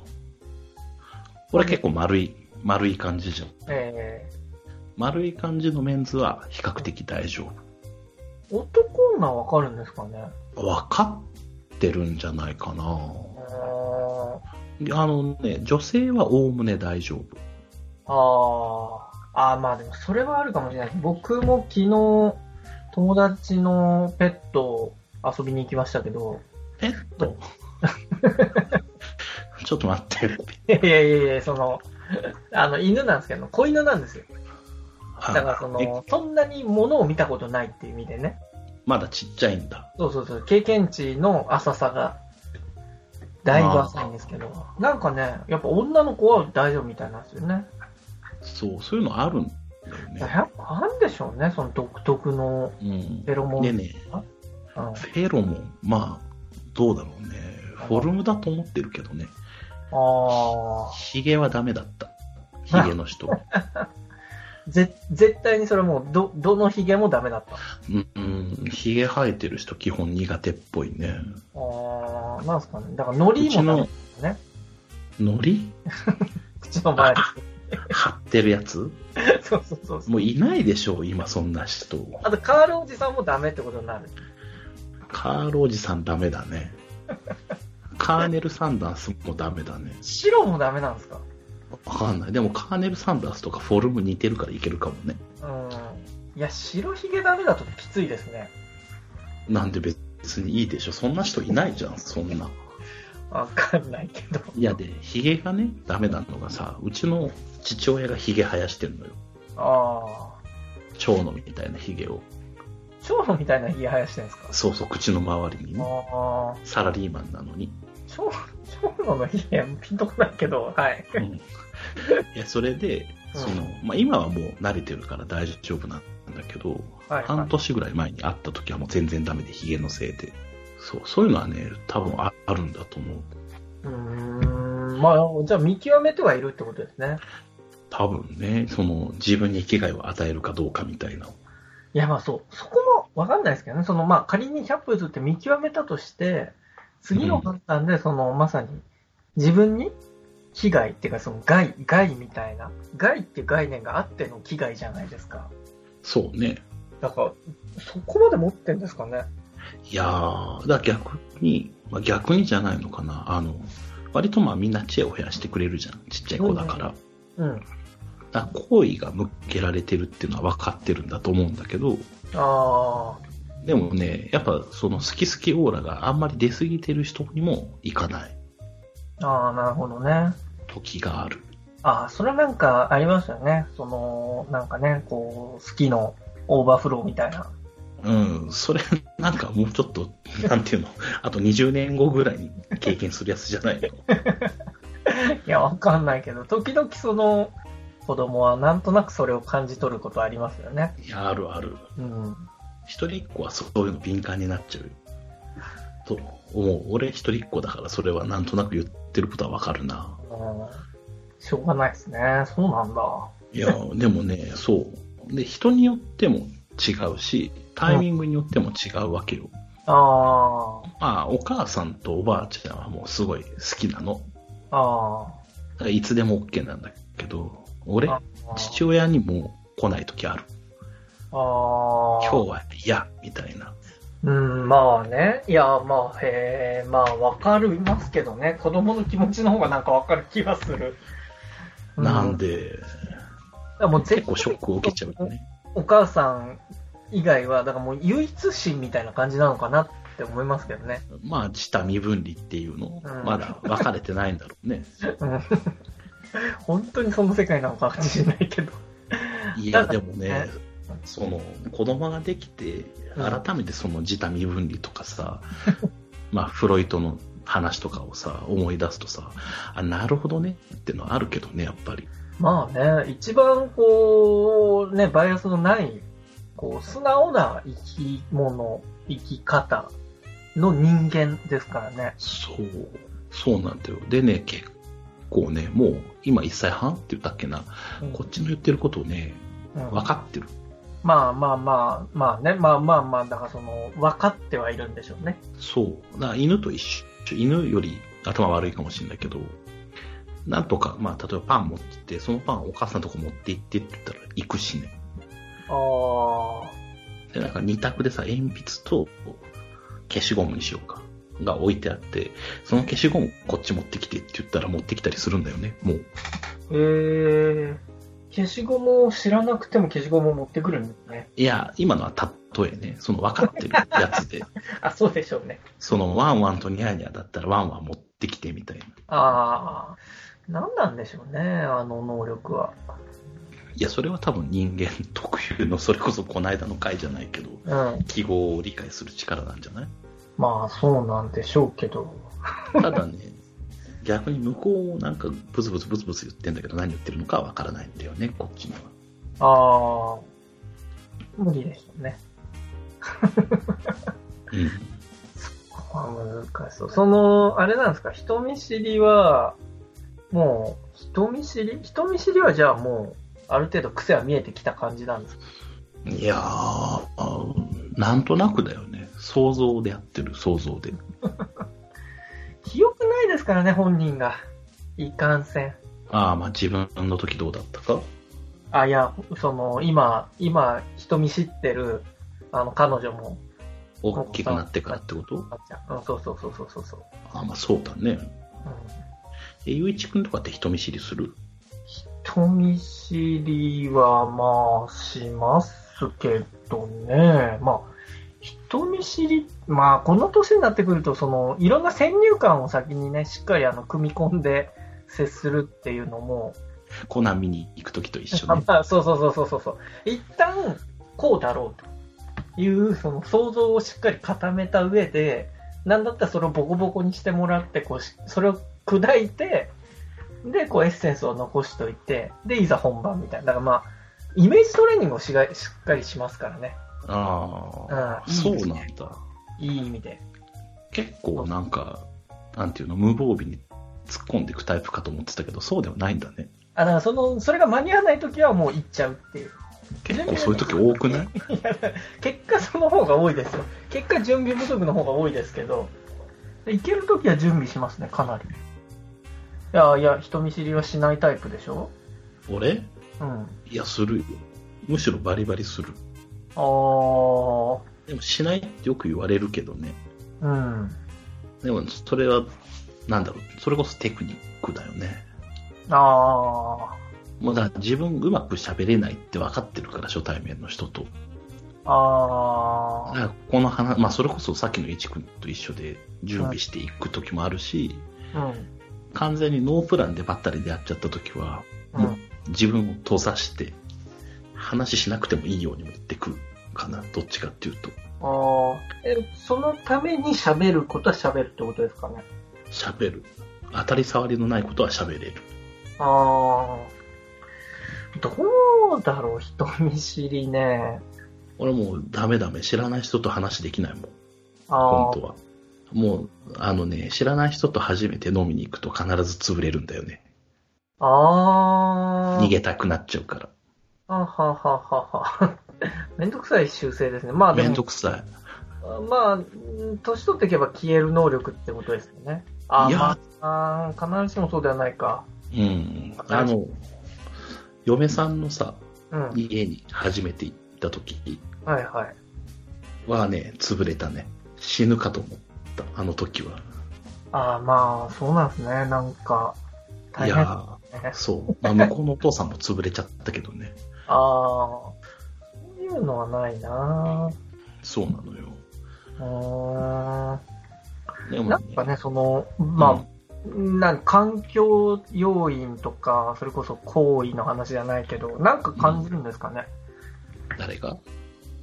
Speaker 2: 俺結構丸い、丸い感じじゃん。
Speaker 1: 影え
Speaker 2: 丸い感じのメンズは比較的大丈
Speaker 1: ー、男女は分かるんですかね。
Speaker 2: 夫。わかってるんじゃないかな
Speaker 1: あー
Speaker 2: あのね、女性はおおむね大丈
Speaker 1: あー、
Speaker 2: 夫。
Speaker 1: あーまあでもそれはあるかもしれないです。僕も昨日、友達のペットを遊びに行きましたけど、
Speaker 2: えっ と。ちょっと待って。
Speaker 1: いやいやいやいや、その、 あの、犬なんですけど、子犬なんですよ。
Speaker 2: あ
Speaker 1: だからその、そんなに物を見たことないっていう意味でね。
Speaker 2: えまだちっちゃいんだ。
Speaker 1: そうそうそう、経験値の浅さが、だいぶ浅いんですけど、なんかね、やっぱ女の子は大丈夫みたいなんですよね。
Speaker 2: そう、そういうのあるんだよね。
Speaker 1: やっぱあるんでしょうね、その独特の
Speaker 2: うん
Speaker 1: フェロモン。
Speaker 2: でね、
Speaker 1: うん、あ
Speaker 2: フェロモン、まあ、どうだろうね。フォルムだと思ってるけどね。
Speaker 1: あ
Speaker 2: ヒゲはダメだった。ヒゲの人。
Speaker 1: ーぜ、絶対にそれもう、ど、どのヒゲもダメだった。
Speaker 2: うん、ヒゲ生えてる人基本苦手っぽいね。
Speaker 1: あーなんすかね。だから、ノリ
Speaker 2: うち
Speaker 1: もダメだ
Speaker 2: の
Speaker 1: ったね。
Speaker 2: ノリ
Speaker 1: 口の周
Speaker 2: 張ってるやつ
Speaker 1: り。 そうそうそうそう。
Speaker 2: もういないでしょう、今そんな人。
Speaker 1: あと、カールおじさんもダメってことになる。
Speaker 2: カールおじさんダメだね。カーネル・サンダースもダメだね。
Speaker 1: 白もダメなんですか
Speaker 2: わかんない。でもカーネル・サンダースとかフォルム似てるからいけるかもね。
Speaker 1: うん。いや、白ヒゲダメだときついですね。
Speaker 2: なんで別にいいでしょ。そんな人いないじゃん、そんな。
Speaker 1: わかんないけど。
Speaker 2: いやで、ヒゲがね、ダメなのがさ、うちの父親がヒゲ生やしてるのよ。
Speaker 1: ああ。
Speaker 2: 蝶野みたいなヒゲを。
Speaker 1: 蝶野みたいなヒゲ生やしてるんですか
Speaker 2: そうそう、口の周りにね。
Speaker 1: ああ。
Speaker 2: サラリーマンなのに。
Speaker 1: 蝶蝶野のヒゲピンとこないけど、はい。
Speaker 2: うんいや、それで、その、まあ、今はもう慣れてるから大丈夫なんだけど、
Speaker 1: はい
Speaker 2: 半年ぐらい前に会った時はもう全然ダメで、ヒゲのせいで。そう、そういうのはね、多分ああるんだと思う。
Speaker 1: うーん、まあ、じゃあ見極めてはいるってことですね。
Speaker 2: 多分ね、その自分に危害を与えるかどうかみたいな。
Speaker 1: いや、まあそう、そこもわかんないですけどね、そのまあ仮に100歩譲って見極めたとして、次の判断で、そのまさに自分に被害っていうか、その害、害みたいな、害っていう概念があっての危害じゃないですか。
Speaker 2: そうね。
Speaker 1: だから、そこまで持ってんですかね。
Speaker 2: いやー、だから逆に、まあ、逆にじゃないのかな。あの、割とまあみんな知恵を増やしてくれるじゃん。ちっちゃい子だから。
Speaker 1: うん。
Speaker 2: だから好意が向けられてるっていうのは分かってるんだと思うんだけど、
Speaker 1: あ
Speaker 2: でもね、やっぱその好き好きオーラがあんまり出過ぎてる人にもいかない
Speaker 1: あ、ああ、なるほどね。
Speaker 2: 時がある。
Speaker 1: ああ、それなんかありましたよね。その、なんかね、こう、好きのオーバーフローみたいな。
Speaker 2: うん、それなんかもうちょっと、なんていうの、あと20年後ぐらいに経験するやつじゃないの。
Speaker 1: いや、わかんないけど、時々その子供はなんとなくそれを感じ取ることありますよね。
Speaker 2: いや、あるある。
Speaker 1: うん。
Speaker 2: 一人っ子はそういうの敏感になっちゃうよ。と思う。俺一人っ子だからそれはなんとなく言ってることはわかるな。
Speaker 1: うんしょうがないですね。そうなんだ。
Speaker 2: いや、でもね、そう。で、人によっても違うし、タイミングによっても違うわけよ。
Speaker 1: あ
Speaker 2: まあ、お母さんとおばあちゃんはもうすごい好きなの。
Speaker 1: あ、ああ。
Speaker 2: だからいつでも OK なんだけど、俺、父
Speaker 1: 親
Speaker 2: 親にも来ない時ある。
Speaker 1: ああ。
Speaker 2: 今日は嫌、みたいな。
Speaker 1: うん、まあね。いや、まあ、へえ、まあ、わかりますけどね。子供の気持ちの方がなんかわかる気がする。う
Speaker 2: なん、で、
Speaker 1: だからもう
Speaker 2: 結構ショックを受けちゃうよね。
Speaker 1: お母さん以外は、だからもう唯一心みたいな感じなのかなって思いますけどね。
Speaker 2: まあ、下身分離っていうの、
Speaker 1: うん
Speaker 2: まだ分かれてないんだろ うね。
Speaker 1: うん本当にその世界なのかもしれないけど。
Speaker 2: い
Speaker 1: だ
Speaker 2: や、
Speaker 1: か
Speaker 2: で
Speaker 1: ら
Speaker 2: もね、その、子供ができて、
Speaker 1: うん
Speaker 2: 改めてその下身分離とかさ、 まあ、フロイトの話とかをさ、思い出すとさ、あ、なるほどね、ってのはあるけどね、やっぱり。
Speaker 1: まあね、一番こう、ね、バイアスのない、こう、素直な生き物、生き方の人間ですからね。
Speaker 2: そう、そうなんだよ。でね、結構ね、もう、今1歳半って言ったっけな、
Speaker 1: うん
Speaker 2: こっちの言ってることをね、
Speaker 1: うん
Speaker 2: 分かってる。
Speaker 1: まあまあまあ、まあね、まあまあまあ、だからその、分かってはいるんでしょうね。
Speaker 2: そう。だから犬と一緒。犬より頭悪いかもしれないけど、なんとか、まあ、例えばパン持ってって、そのパンお母さんのとこ持って行ってって言ったら行くしね。
Speaker 1: ああ、
Speaker 2: で、なんか二択でさ、鉛筆と消しゴムにしようか。が置いてあって、その消しゴムこっち持ってきてって言ったら持ってきたりするんだよね、もう。
Speaker 1: へえ、消しゴムを知らなくても消しゴムを持ってくるんですね。
Speaker 2: いや、今のは例えね、その分かってるやつで、
Speaker 1: あ、そうでしょうね。
Speaker 2: そのワンワンとニャーニャーだったらワンワン持ってきてみたいな。
Speaker 1: ああ、何なんでしょうね、あの能力は。
Speaker 2: いや、それは多分人間特有の、それこそこの間の回じゃないけど、
Speaker 1: うん。
Speaker 2: 記号を理解する力なんじゃない
Speaker 1: まあ、そうなんでしょうけど。
Speaker 2: ただね、 逆に向こうもなんかブツブツブツブツ言ってんだけど何言ってるのかわからないんだよね、こっちに
Speaker 1: あ
Speaker 2: は。
Speaker 1: あ、無理でしょうね。
Speaker 2: うん。
Speaker 1: まあ、難しそう。その、あれなんですか、人見知りは、もう、人見知り人見知りはじゃあもう、ある程度癖は見えてきた感じなんですか
Speaker 2: いやーあー、なんとなくだよね。想像でやってる、想像で。
Speaker 1: 記憶ないですからね、本人が。いかんせん。
Speaker 2: ああ、まあ自分の時どうだったか。
Speaker 1: あ、いや、その、今、今、人見知ってる、あの、彼女も、
Speaker 2: 大きくなってからってこと
Speaker 1: あっちゃん。うん、そうそうそうそうそうそう。
Speaker 2: ああ、まあそうだね。
Speaker 1: うん
Speaker 2: え、ゆういちくんとかって人見知りする
Speaker 1: 人見知りはまあしますけどね、まあ、人見知り、まあ、この年になってくると、そのいろんな先入観を先にね、しっかりあの組み込んで接するっていうのも、
Speaker 2: コナミに行く時と一緒
Speaker 1: まあ
Speaker 2: ね。
Speaker 1: まあ、そうそうそうそうそうそう、一旦こうだろうというその想像をしっかり固めた上で、なんだったらそれをボコボコにしてもらってこうし、それを砕いて、で、こうエッセンスを残しといて、で、いざ本番みたいな。だからまあ、イメージトレーニングをしがしっかりしますからね。
Speaker 2: ああ、
Speaker 1: うん、
Speaker 2: そう
Speaker 1: いいです
Speaker 2: な
Speaker 1: ね
Speaker 2: んだ。
Speaker 1: いい意味で。
Speaker 2: 結構なんか、なんていうの、無防備に突っ込んでいくタイプかと思ってたけど、そうではないんだね。
Speaker 1: あ、だからその、それが間に合わないときはもう行っちゃうっていう。
Speaker 2: 結構そういう時多くない
Speaker 1: 結果その方が多いですよ。結果準備不足の方が多いですけど、で行けるときは準備しますね、かなり。いや、いや、人見知りはしないタイプでしょ
Speaker 2: 俺
Speaker 1: うん。
Speaker 2: いや、するよ。むしろバリバリする。
Speaker 1: あー、
Speaker 2: でもしないってよく言われるけどね。
Speaker 1: うん。
Speaker 2: でもそれは、なんだろう、それこそテクニックだよね。
Speaker 1: あ
Speaker 2: もうだから自分うまく喋れないって分かってるから、初対面の人と。
Speaker 1: ー、あ
Speaker 2: だ
Speaker 1: ー、
Speaker 2: からこの話、まあそれこそさっきのいちくんと一緒で準備していく時もあるし、
Speaker 1: うん。
Speaker 2: 完全にノープランでばったりでやっちゃった時は、
Speaker 1: うん。
Speaker 2: 自分を閉ざして、話しなくてもいいように持ってくるかな、どっちかっていうと。
Speaker 1: あーえ、そのために喋ることは喋るってことですかね。
Speaker 2: 喋る。当たり障りのないことは喋れる。
Speaker 1: あー、どうだろう、人見知りね。
Speaker 2: 俺もうダメダメ、知らない人と話できないもん。
Speaker 1: あー
Speaker 2: 本当は。もう、あのね、知らない人と初めて飲みに行くと必ず潰れるんだよね。
Speaker 1: あー。
Speaker 2: 逃げたくなっちゃうか
Speaker 1: ははははは。 めんどくさい修正ですね。まあ
Speaker 2: ら。
Speaker 1: で
Speaker 2: めん
Speaker 1: も、
Speaker 2: どくさ
Speaker 1: まあ、うん年取っていけば消える能力ってことですよね。あ
Speaker 2: い。いや、
Speaker 1: あー、必ずしもそうではないか。
Speaker 2: うん。あの、嫁さんのさ、
Speaker 1: うん。はい
Speaker 2: 家に初めて行った時
Speaker 1: はい。
Speaker 2: はね、潰れたね。死ぬかと思った、あの時は。
Speaker 1: ああ、まあ、そうなんですね。なんか、
Speaker 2: い
Speaker 1: 大変で
Speaker 2: や
Speaker 1: すね
Speaker 2: ー、。そう。まあ、向こうのお父さんも潰れちゃったけどね。
Speaker 1: ああー、そういうのはないな
Speaker 2: そうなのよ。
Speaker 1: うーん。
Speaker 2: でも
Speaker 1: なん
Speaker 2: ね
Speaker 1: か、ね、その、まあ、なん環境要因とか、それこそ行為の話じゃないけど、なんか感じるんですかね。
Speaker 2: 誰が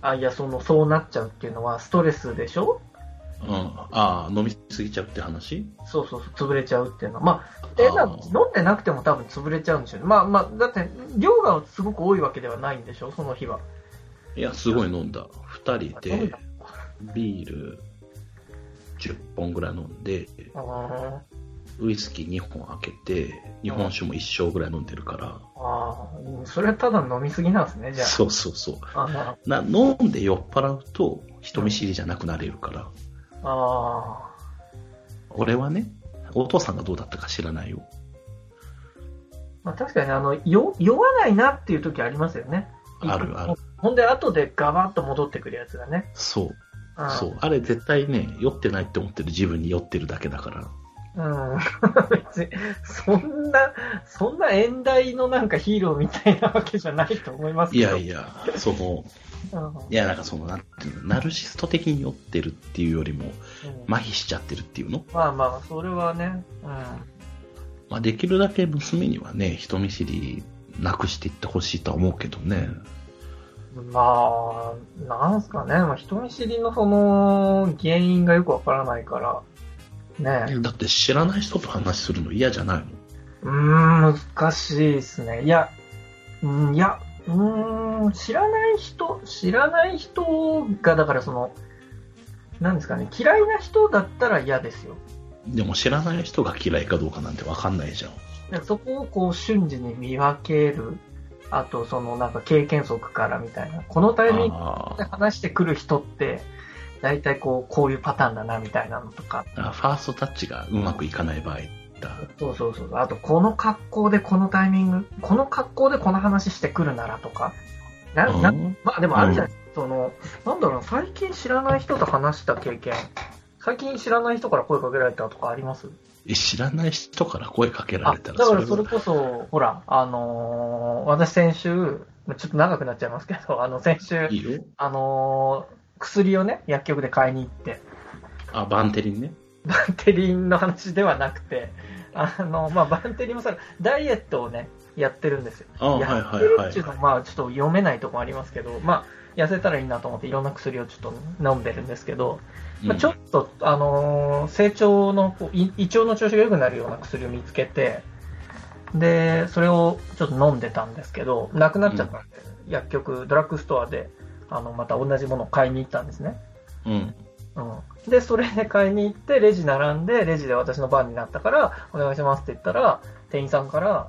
Speaker 1: あ、いや、その、そうなっちゃうっていうのはストレスでしょ
Speaker 2: うん。ああ、飲みすぎちゃうって話
Speaker 1: そうそうそう、潰れちゃうっていうのは。まあ、え、な
Speaker 2: あ
Speaker 1: 飲
Speaker 2: ー
Speaker 1: んでなくても多分潰れちゃうんでしょうね。まあまあ、だって、量がすごく多いわけではないんでしょ、その日は。
Speaker 2: いや、すごい飲んだ。二人
Speaker 1: 飲ん
Speaker 2: で
Speaker 1: だ
Speaker 2: ビール10本ぐらい飲んで、
Speaker 1: うーん。
Speaker 2: ウイスキー2本開けて、日本酒も1升ぐらい飲んでるから、
Speaker 1: ああ、うんそれはただ飲みすぎなんですね、じゃ
Speaker 2: そうそうそう。
Speaker 1: あ。あ
Speaker 2: な飲んで酔っ払うと人見知りじゃなくなれるから、
Speaker 1: ーあ
Speaker 2: 俺はね、お父さんがどうだったか知らないよ。
Speaker 1: ー。まあ確かに、あの、よ酔わないなっていう時ありますよね。
Speaker 2: あるある。
Speaker 1: ほんで、後でガバッと戻ってくるやつがね。
Speaker 2: そう、
Speaker 1: うん
Speaker 2: そう。あれ絶対ね、酔ってないって思ってる自分に酔ってるだけだから。
Speaker 1: うん、別に、そんな、そんな演題のなんかヒーローみたいなわけじゃないと思います
Speaker 2: い
Speaker 1: けど。
Speaker 2: やいや、その、
Speaker 1: うん
Speaker 2: いやなんかその、なんていうの、ナルシスト的に酔ってるっていうよりも、麻痺しちゃってるっていうの
Speaker 1: まあまあ、それはね、うん。
Speaker 2: まあ、できるだけ娘にはね、人見知りなくしていってほしいとは思うけどね。
Speaker 1: まあ、なんすかね、まあ、人見知りのその原因がよくわからないから、ね
Speaker 2: だって知らない人と話するの嫌じゃないの
Speaker 1: うーん、難しいですね。いや、うん、いや、うーん、知らない人、知らない人が、だからその、なんですかね、嫌いな人だったら嫌ですよ。
Speaker 2: でも知らない人が嫌いかどうかなんてわかんないじゃん。
Speaker 1: でそこをこう瞬時に見分ける、あとそのなんか経験則からみたいな、このタイミング
Speaker 2: あ
Speaker 1: で話してくる人って、大体こうこういうパターンだなみたいなのとか、
Speaker 2: ーファーストタッチがうまくいかない場合だ。
Speaker 1: そうそうそう、あとこの格好でこのタイミング、この格好でこの話してくるならとか、な
Speaker 2: う
Speaker 1: なんまあでもあるじゃない、そのなんだろうな、最近知らない人と話した経験、最近知らない人から声かけられたとかあります
Speaker 2: え知らない人から声かけられたら
Speaker 1: あだから
Speaker 2: は
Speaker 1: それこそ、ほら、あのー私先週、まあちょっと長くなっちゃいますけど、あの先週、
Speaker 2: いいよ。
Speaker 1: あのー薬をね、薬局で買いに行って、
Speaker 2: あ、バンテリンね。
Speaker 1: バンテリンの話ではなくて、あの、まあ、バンテリンもさ、ダイエットをね、やってるんですよ。
Speaker 2: あはい
Speaker 1: やっ
Speaker 2: は
Speaker 1: て
Speaker 2: い
Speaker 1: る
Speaker 2: はい
Speaker 1: っていうのは、
Speaker 2: は
Speaker 1: まあ、ちょっと読めないとこもありますけど、まあ、痩せたらいいなと思っていろんな薬をちょっと飲んでるんですけど、
Speaker 2: い。
Speaker 1: まあ、ちょ
Speaker 2: っ
Speaker 1: っと、あのー成長のこうい胃腸の調子が良くなるような薬を見つけてでそれをちょっと飲んでたんですけどなくなっちゃったんで、薬局、ドラッグストアで、あの、また同じものを買いに行ったんですね。
Speaker 2: うん。
Speaker 1: うん、で、それで買いに行って、レジ並んで、レジで私の番になったから、お願いしますって言ったら、店員さんから、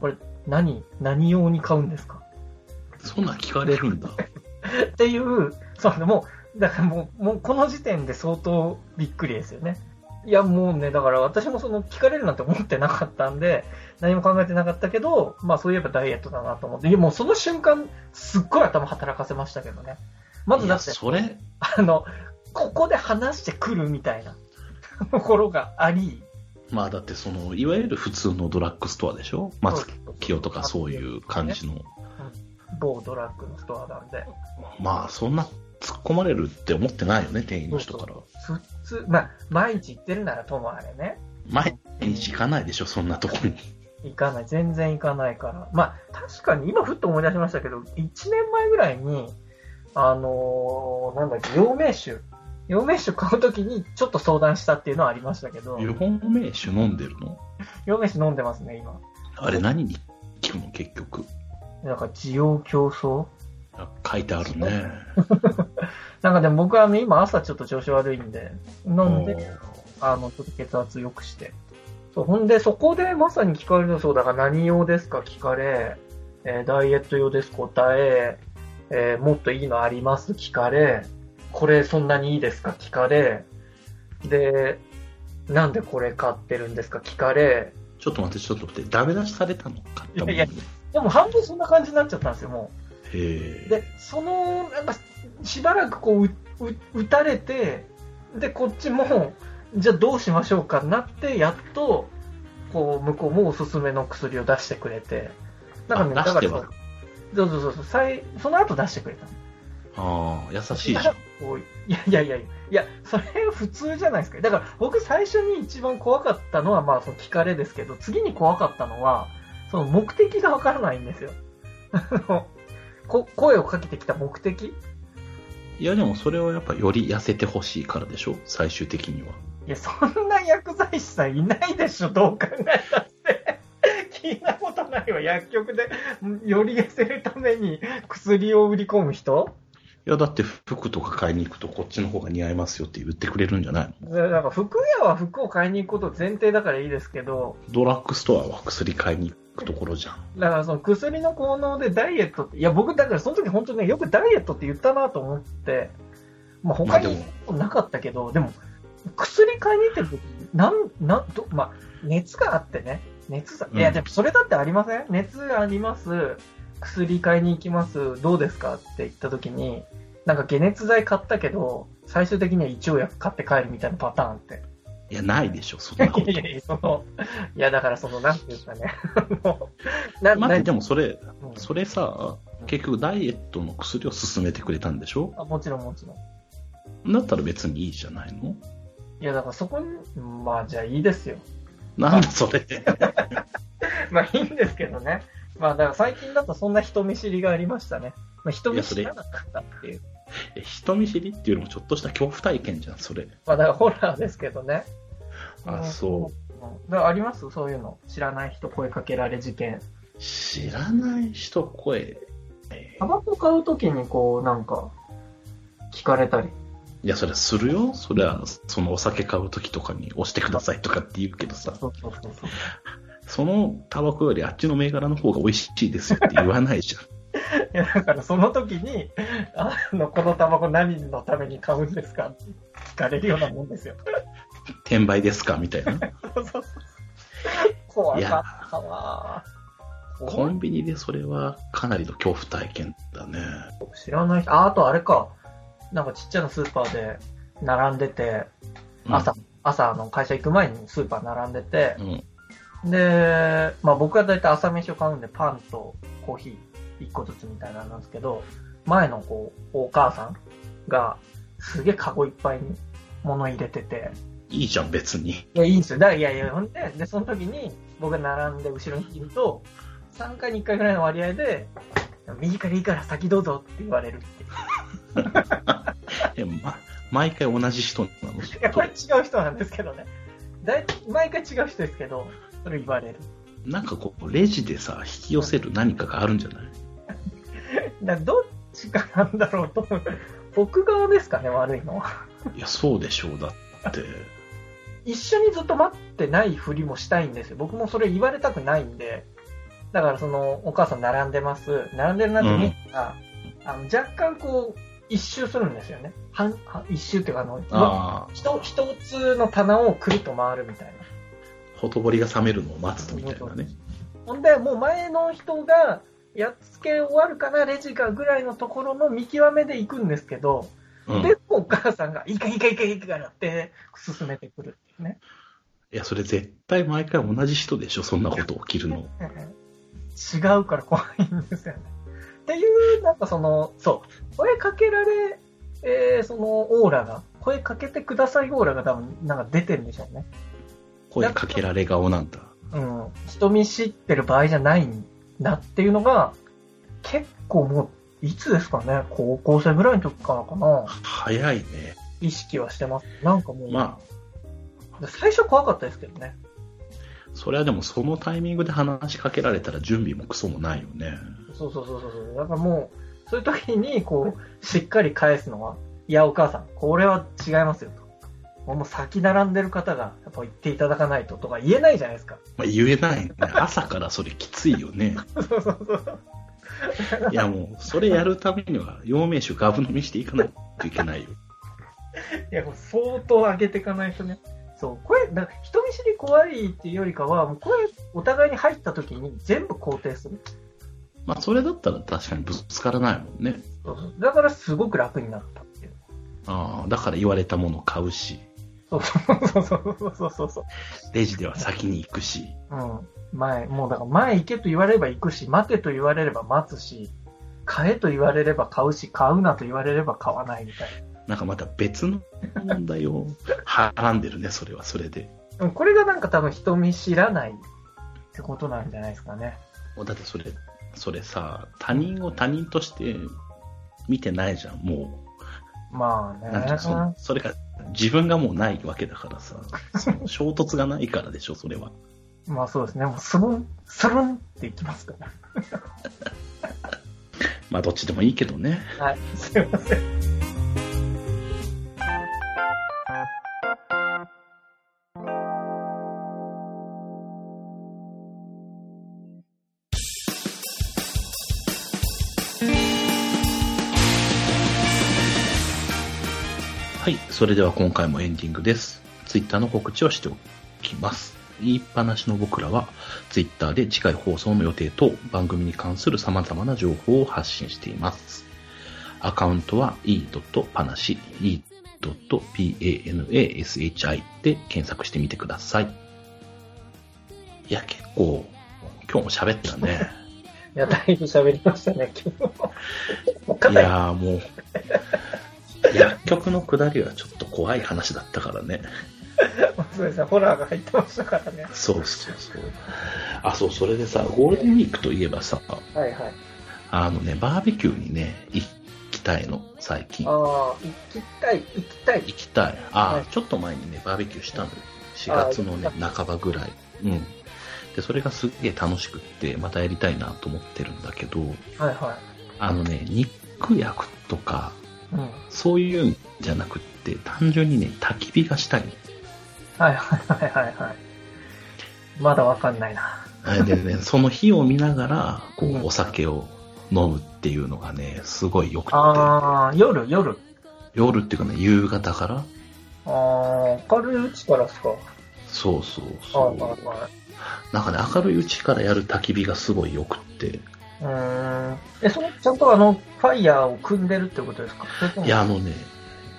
Speaker 1: これ、何、何用に買うんですか
Speaker 2: そんなん聞かれるんだ。
Speaker 1: っていう、そう、もう、だからもう、もうこの時点で相当びっくりですよね。いや、もうね、だから私もその聞かれるなんて思ってなかったんで、何も考えてなかったけど、まあそういえばダイエットだなと思って、いやもうその瞬間、すっごい頭働かせましたけどね。 まず
Speaker 2: い
Speaker 1: だ
Speaker 2: や、
Speaker 1: って、
Speaker 2: それ、
Speaker 1: あの、ここで話してくるみたいな ところがあり、
Speaker 2: まあだってその、いわゆる普通のドラッグストアでしょ松清とかそういう感じの。
Speaker 1: 某ドラッグのストアなんで、
Speaker 2: まあそんな突っ込まれるって思ってないよね、店員の人から。
Speaker 1: 普通、まあ、毎日行ってるならともあれね、
Speaker 2: 毎日行かないでしょ、そんなとこに。
Speaker 1: 行かない、全然行かないから。まあ、確かに今ふっと思い出しましたけど、1年前ぐらいに、あのーなんだっけ、陽明酒。陽明酒買うときにちょっと相談したっていうのはありましたけど、
Speaker 2: 予本名酒飲んでるの
Speaker 1: 陽明酒飲んでますね、今。
Speaker 2: あれ何に聞くの結局。
Speaker 1: なんか、需要競争
Speaker 2: あ書いてあるね。
Speaker 1: なんかでも僕はあの今朝ちょっと調子悪いんで、飲んで
Speaker 2: お、ー
Speaker 1: あの、ちょっと血圧良くして。そう、ほんで、そこでまさに聞かれるそうだから何用ですか聞かれ、えーダイエット用です答え、えーもっといいのあります聞かれ、これそんなにいいですか聞かれ、で、なんでこれ買ってるんですか聞かれ、
Speaker 2: ちょっと待って、ちょっと待って。ダメ出しされたの買ったもん
Speaker 1: いや
Speaker 2: ね
Speaker 1: い。でも半分そんな感じになっちゃったんですよ、もう。
Speaker 2: へえ。
Speaker 1: で、その、なんか、しばらくこう、う、う打たれて、で、こっちも、じゃあどうしましょうかなって、やっと、こう、向こうもおすすめの薬を出してくれて、なんかね、だ
Speaker 2: あ出
Speaker 1: か
Speaker 2: して
Speaker 1: ら
Speaker 2: は
Speaker 1: そう、そうそうそうそう、最その後出してくれた。
Speaker 2: ああ、優しいじ
Speaker 1: だ
Speaker 2: ゃ
Speaker 1: か
Speaker 2: ん
Speaker 1: ら。こういやいやいやいや、いや、それ普通じゃないですか。だから僕最初に一番怖かったのは、まあその聞かれですけど、次に怖かったのは、その目的がわからないんですよ。 あのこ声をかけてきた目的
Speaker 2: いや、でもそれはやっぱより痩せてほしいからでしょ最終的には。
Speaker 1: いや、そんな薬剤師さんいないでしょ、どう考えたって。 聞いたことないわ、薬局で、より痩せるために薬を売り込む人
Speaker 2: いや、だって服とか買いに行くとこっちの方が似合いますよって言ってくれるんじゃないの
Speaker 1: それなんか服屋は服を買いに行くこと前提だからいいですけど、
Speaker 2: ドラッグストアは薬買いに行くところじゃん。
Speaker 1: だからその薬の効能でダイエットって、いや、僕だからその時本当にね、よくダイエットって言ったなと思って、まあ
Speaker 2: ま
Speaker 1: 他
Speaker 2: あで
Speaker 1: に
Speaker 2: も、
Speaker 1: なかったけど、でも、薬買いに行ってる時、なん、なんと、まあ、熱があってね、熱さ、
Speaker 2: うん
Speaker 1: いや、でもそれだってありません熱あります、薬買いに行きます、どうですかって言った時に、なんか解熱剤買ったけど、最終的には胃腸薬買って帰るみたいなパターン って。
Speaker 2: いや、ないでしょ、そんな こ
Speaker 1: いやいや、その、いや、だからその、なんていうんですか ね、あの な
Speaker 2: と。待っ
Speaker 1: な
Speaker 2: て、でもそれ、
Speaker 1: うん
Speaker 2: それさ、結局ダイエットの薬を勧めてくれたんでしょ
Speaker 1: あもちろんもちろん。
Speaker 2: だったら別にいいじゃないの
Speaker 1: いや、だからそこに、まあじゃあいいですよ。
Speaker 2: なんだそれ。
Speaker 1: まあいいんですけどね。まあだから最近だとそんな人見知りがありましたね。まあ、人見知りがなかったっていう。
Speaker 2: え人見知りっていうのもちょっとした恐怖体験じゃん、それ。
Speaker 1: まあだからホラーですけどね。。
Speaker 2: あ、そう
Speaker 1: だからありますそういうの。知らない人声かけられ事件。
Speaker 2: う。知らない人声。え
Speaker 1: タバコ買うときにこうなんか、聞かれたり。
Speaker 2: いや、そりゃするよ。そりゃ、そのお酒買う時とかに押してくださいとかって言うけどさ、
Speaker 1: そうそうそうそう。
Speaker 2: そのタバコよりあっちの銘柄の方が美味しいですよって言わないじゃん。
Speaker 1: いやだからその時に、あの、このタバコ何のために買うんですかって聞かれるようなもんですよ。
Speaker 2: 転売ですかみたいな。
Speaker 1: そうそうそう怖
Speaker 2: い
Speaker 1: か
Speaker 2: や
Speaker 1: ったわ。
Speaker 2: コンビニでそれはかなりの恐怖体験だね。
Speaker 1: 知らない人、あ、あとあれか。なんかちっちゃなスーパーで並んでて、
Speaker 2: うん
Speaker 1: 朝、。朝あの会社行く前にスーパー並んでて
Speaker 2: う、ん。
Speaker 1: で、まあ僕は大体朝飯を買うんでパンとコーヒー1個ずつみたいなのなんですけど、前のこう、お母さんがすげえカゴいっぱいに物入れてて、
Speaker 2: いいじゃん、別に。
Speaker 1: いや、いいんですよ。だから、いやいや、ほんで、で、その時に、僕が並んで後ろにいると、3回に1回ぐらいの割合で、右からいいから先どうぞって言われるっていう。
Speaker 2: え、ま、毎回同じ人なの
Speaker 1: いや、これ違う人なんですけどね。だい毎回違う人ですけど、それ言われる。
Speaker 2: なんかこう、レジでさ、引き寄せる何かがあるんじゃない
Speaker 1: だからどっちかなんだろうと思う。僕側ですかね、悪いのは。
Speaker 2: いや、そうでしょう、だって。
Speaker 1: 一緒にずっと待ってないふりもしたいんですよ。僕もそれ言われたくないんで。だからその、お母さん並んでます。並んでるなって見たら、あの若干こう、一周するんですよね。半は一周っていうか、あの、
Speaker 2: ああ、
Speaker 1: 一一つの棚をくるっと回るみたいな。
Speaker 2: ほとぼりが冷めるのを待つみたいなね。
Speaker 1: ほんで、もう前の人が、やっつけ終わるかな、レジかぐらいのところの見極めで行くんですけど、
Speaker 2: うん。
Speaker 1: でもお母さんが、いいかいいかいいかいいかなって進めてくるっていうね。
Speaker 2: いや、それ絶対毎回同じ人でしょ、そんなこと起きるの。
Speaker 1: 違うから怖いんですよね。っていう、なんかその、そう、声かけられ、えーそのオーラが、声かけてくださいオーラが多分、なんか出てるんでしょうね。
Speaker 2: 声かけられ顔なんだ。
Speaker 1: うん。人見知ってる場合じゃないんだっていうのが、結構もう、いつですかね、高校生ぐらいの時からかな、
Speaker 2: 早いね。
Speaker 1: 意識はしてます。なんかもう、
Speaker 2: ま
Speaker 1: 最初怖かったですけどね。
Speaker 2: あ、それはでもそのタイミングで話しかけられたら準備もクソもないよね。
Speaker 1: そうそうそうそうそう。だからもう、そういう時に、こう、しっかり返すのは、いや、お母さん、これは違いますよと。もう先並んでる方が、やっぱ言っていただかないととか言えないじゃないですか。
Speaker 2: まあ、言えないね。 朝からそれきついよね。
Speaker 1: そうそうそう。
Speaker 2: いやもう、それやるためには、陽明酒ガブ飲みしていかないといけないよ。
Speaker 1: いや、これ相当上げていかないとね。そう、声、だから人見知り怖いっていうよりかは、もう声、お互いに入った時に全部肯定する。
Speaker 2: まあ、それだったら確かにぶつからないもんね。
Speaker 1: そうそう。だからすごく楽になったっていう。
Speaker 2: ああ、だから言われたもの買うし、
Speaker 1: そうそうそうそうそうそうそう。
Speaker 2: レジでは先に行くし、
Speaker 1: うん。前、もうだから前行けと言われれば行くし、待てと言われれば待つし、買えと言われれば買うし、買うなと言われれば買わないみたい
Speaker 2: なんかまた別の問題をはらんでるね、それはそれで。
Speaker 1: な。うんこれがなんか多分人見知らないってことなんじゃないですかね。
Speaker 2: もうだってそれ、それさ、他人を他人として見てないじゃん、も
Speaker 1: まあ
Speaker 2: う。
Speaker 1: ね。
Speaker 2: なんていうのそのそれが、自分がもうないわけだからさ、その衝突がないからでしょ、それは。
Speaker 1: まあそうですね。もうスルン、スルンっていきますから。
Speaker 2: まあ、どっちでもいいけどね。
Speaker 1: はい。すいません。
Speaker 2: はい、それでは今回もエンディングです。ツイッターの告知をしておきます。言いっぱなしの僕らは、ツイッターで次回放送の予定と番組に関する様々な情報を発信しています。アカウントは e.panashi、e.panashi で検索してみてください。いや、結構、今日も喋ったね。
Speaker 1: いや、だいぶ喋りましたね、今日。か
Speaker 2: い
Speaker 1: なり
Speaker 2: やーもう、薬局の下りはちょっと怖い話だったからね。
Speaker 1: そうですね。ホラーが入ってましたからね。
Speaker 2: そうそうそう。あ、そう、それでさ、ゴールデンウィークといえばさ、
Speaker 1: はいはい。
Speaker 2: あのね、バーベキューにね、行きたいの、最近。
Speaker 1: ああ
Speaker 2: 行、
Speaker 1: 行きたい、行きたい。
Speaker 2: きたい。あ、
Speaker 1: はい
Speaker 2: ちょっと前にね、バーベキューしたのよ。4月のね
Speaker 1: あ、
Speaker 2: 半ばぐらい。うん。で、それがすっげえ楽しくって、またやりたいなと思ってるんだけど、
Speaker 1: はいは
Speaker 2: あのね、肉焼くとか、
Speaker 1: い。うん。はい
Speaker 2: そういうんじゃなくって、単純にね、焚き火がしたいの。
Speaker 1: はいはいはいはい。まだわかんないな。
Speaker 2: はい でね、その火を見ながら、こ
Speaker 1: うん
Speaker 2: う、お酒を飲むっていうのがね、すごい良くて。
Speaker 1: ああ、夜、夜。
Speaker 2: 夜っていうかね、夕方から
Speaker 1: ああ、明るいうちからですか。
Speaker 2: そうそう
Speaker 1: ああ、
Speaker 2: そ
Speaker 1: は
Speaker 2: う。なんかね、明るいうちからやる焚き火がすごい良くって。
Speaker 1: いはい。うーん。え、それ、ちゃんとあの、ファイヤーを組んでるってことですかそれとも
Speaker 2: いや、あのね、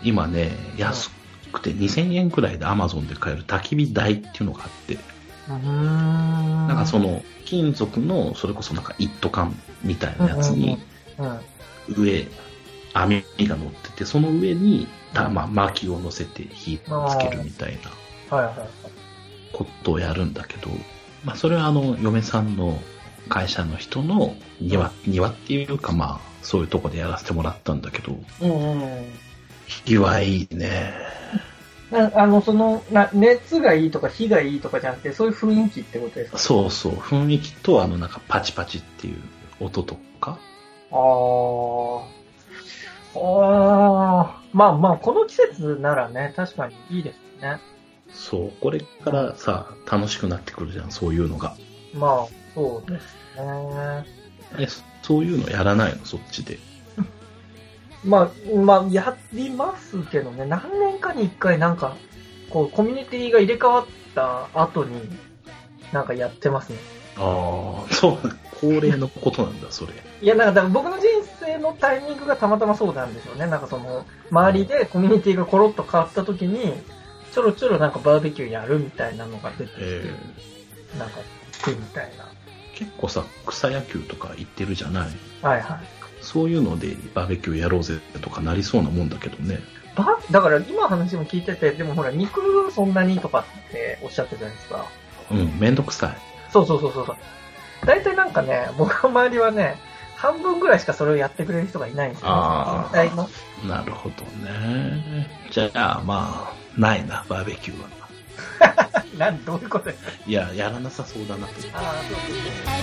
Speaker 2: 今ね、安くて2000円くらいで Amazon で買える焚き火台っていうのがあって、
Speaker 1: うーん。
Speaker 2: なんかそ
Speaker 1: の、
Speaker 2: の、金属の、それこそなんか一斗缶みたいなやつに、
Speaker 1: うん。
Speaker 2: 上、網が乗ってて、その上に、たまあ、薪を乗せて火をつけるみたいな
Speaker 1: はいはいはい。
Speaker 2: ことをやるんだけど、まあ、それはあの、嫁さんの会社の人の庭、庭っていうか、まあ、そういうとこでやらせてもらったんだけど、
Speaker 1: うんうん。
Speaker 2: 火はいいね。
Speaker 1: なあの、そのな、熱がいいとか火がいいとかじゃなくて、そういう雰囲気ってことですか
Speaker 2: そうそう、雰囲気と、あの、なんかパチパチっていう音とか、
Speaker 1: あーあー。まあまあ、この季節ならね、確かにいいですね。
Speaker 2: そう、これからさ、楽しくなってくるじゃん、そういうのが。
Speaker 1: まあ、そうですね。
Speaker 2: え、そういうのやらないの、そっちで。
Speaker 1: まあ、まあ、やりますけどね、何年かに一回なんか、こう、コミュニティが入れ替わった後に、なんかやってますね。
Speaker 2: ああ、そう、恒例のことなんだ、それ。
Speaker 1: いや、なんか、だから僕の人生のタイミングがたまたまそうなんでしょうね。なんかその、周りでコミュニティがコロッと変わった時に、ちょろちょろなんかバーベキューやるみたいなのが出てきて、
Speaker 2: え
Speaker 1: なんか、好きみたい
Speaker 2: ー結構さ、草野球とか行ってるじゃない。
Speaker 1: な。はいはい。
Speaker 2: そういうのでバーベキューやろうぜとかなりそうなもんだけどね。
Speaker 1: ばだから今話も聞いてて、でもほら、肉そんなにとかっておっしゃってたじゃないですか。
Speaker 2: うん、めんどくさい。
Speaker 1: そうそうそうそうそう。大体なんかね、 僕の周りはね、半分ぐらいしかそれをやってくれる人がいないんですよ。
Speaker 2: あー
Speaker 1: 全体 の。
Speaker 2: なるほどね。じゃあ、まあ、ないな、バーベキューは。
Speaker 1: なん、どういうことですか
Speaker 2: いや、やらなさそうだなと。
Speaker 1: あーそうそうそう
Speaker 3: 「あなたのことを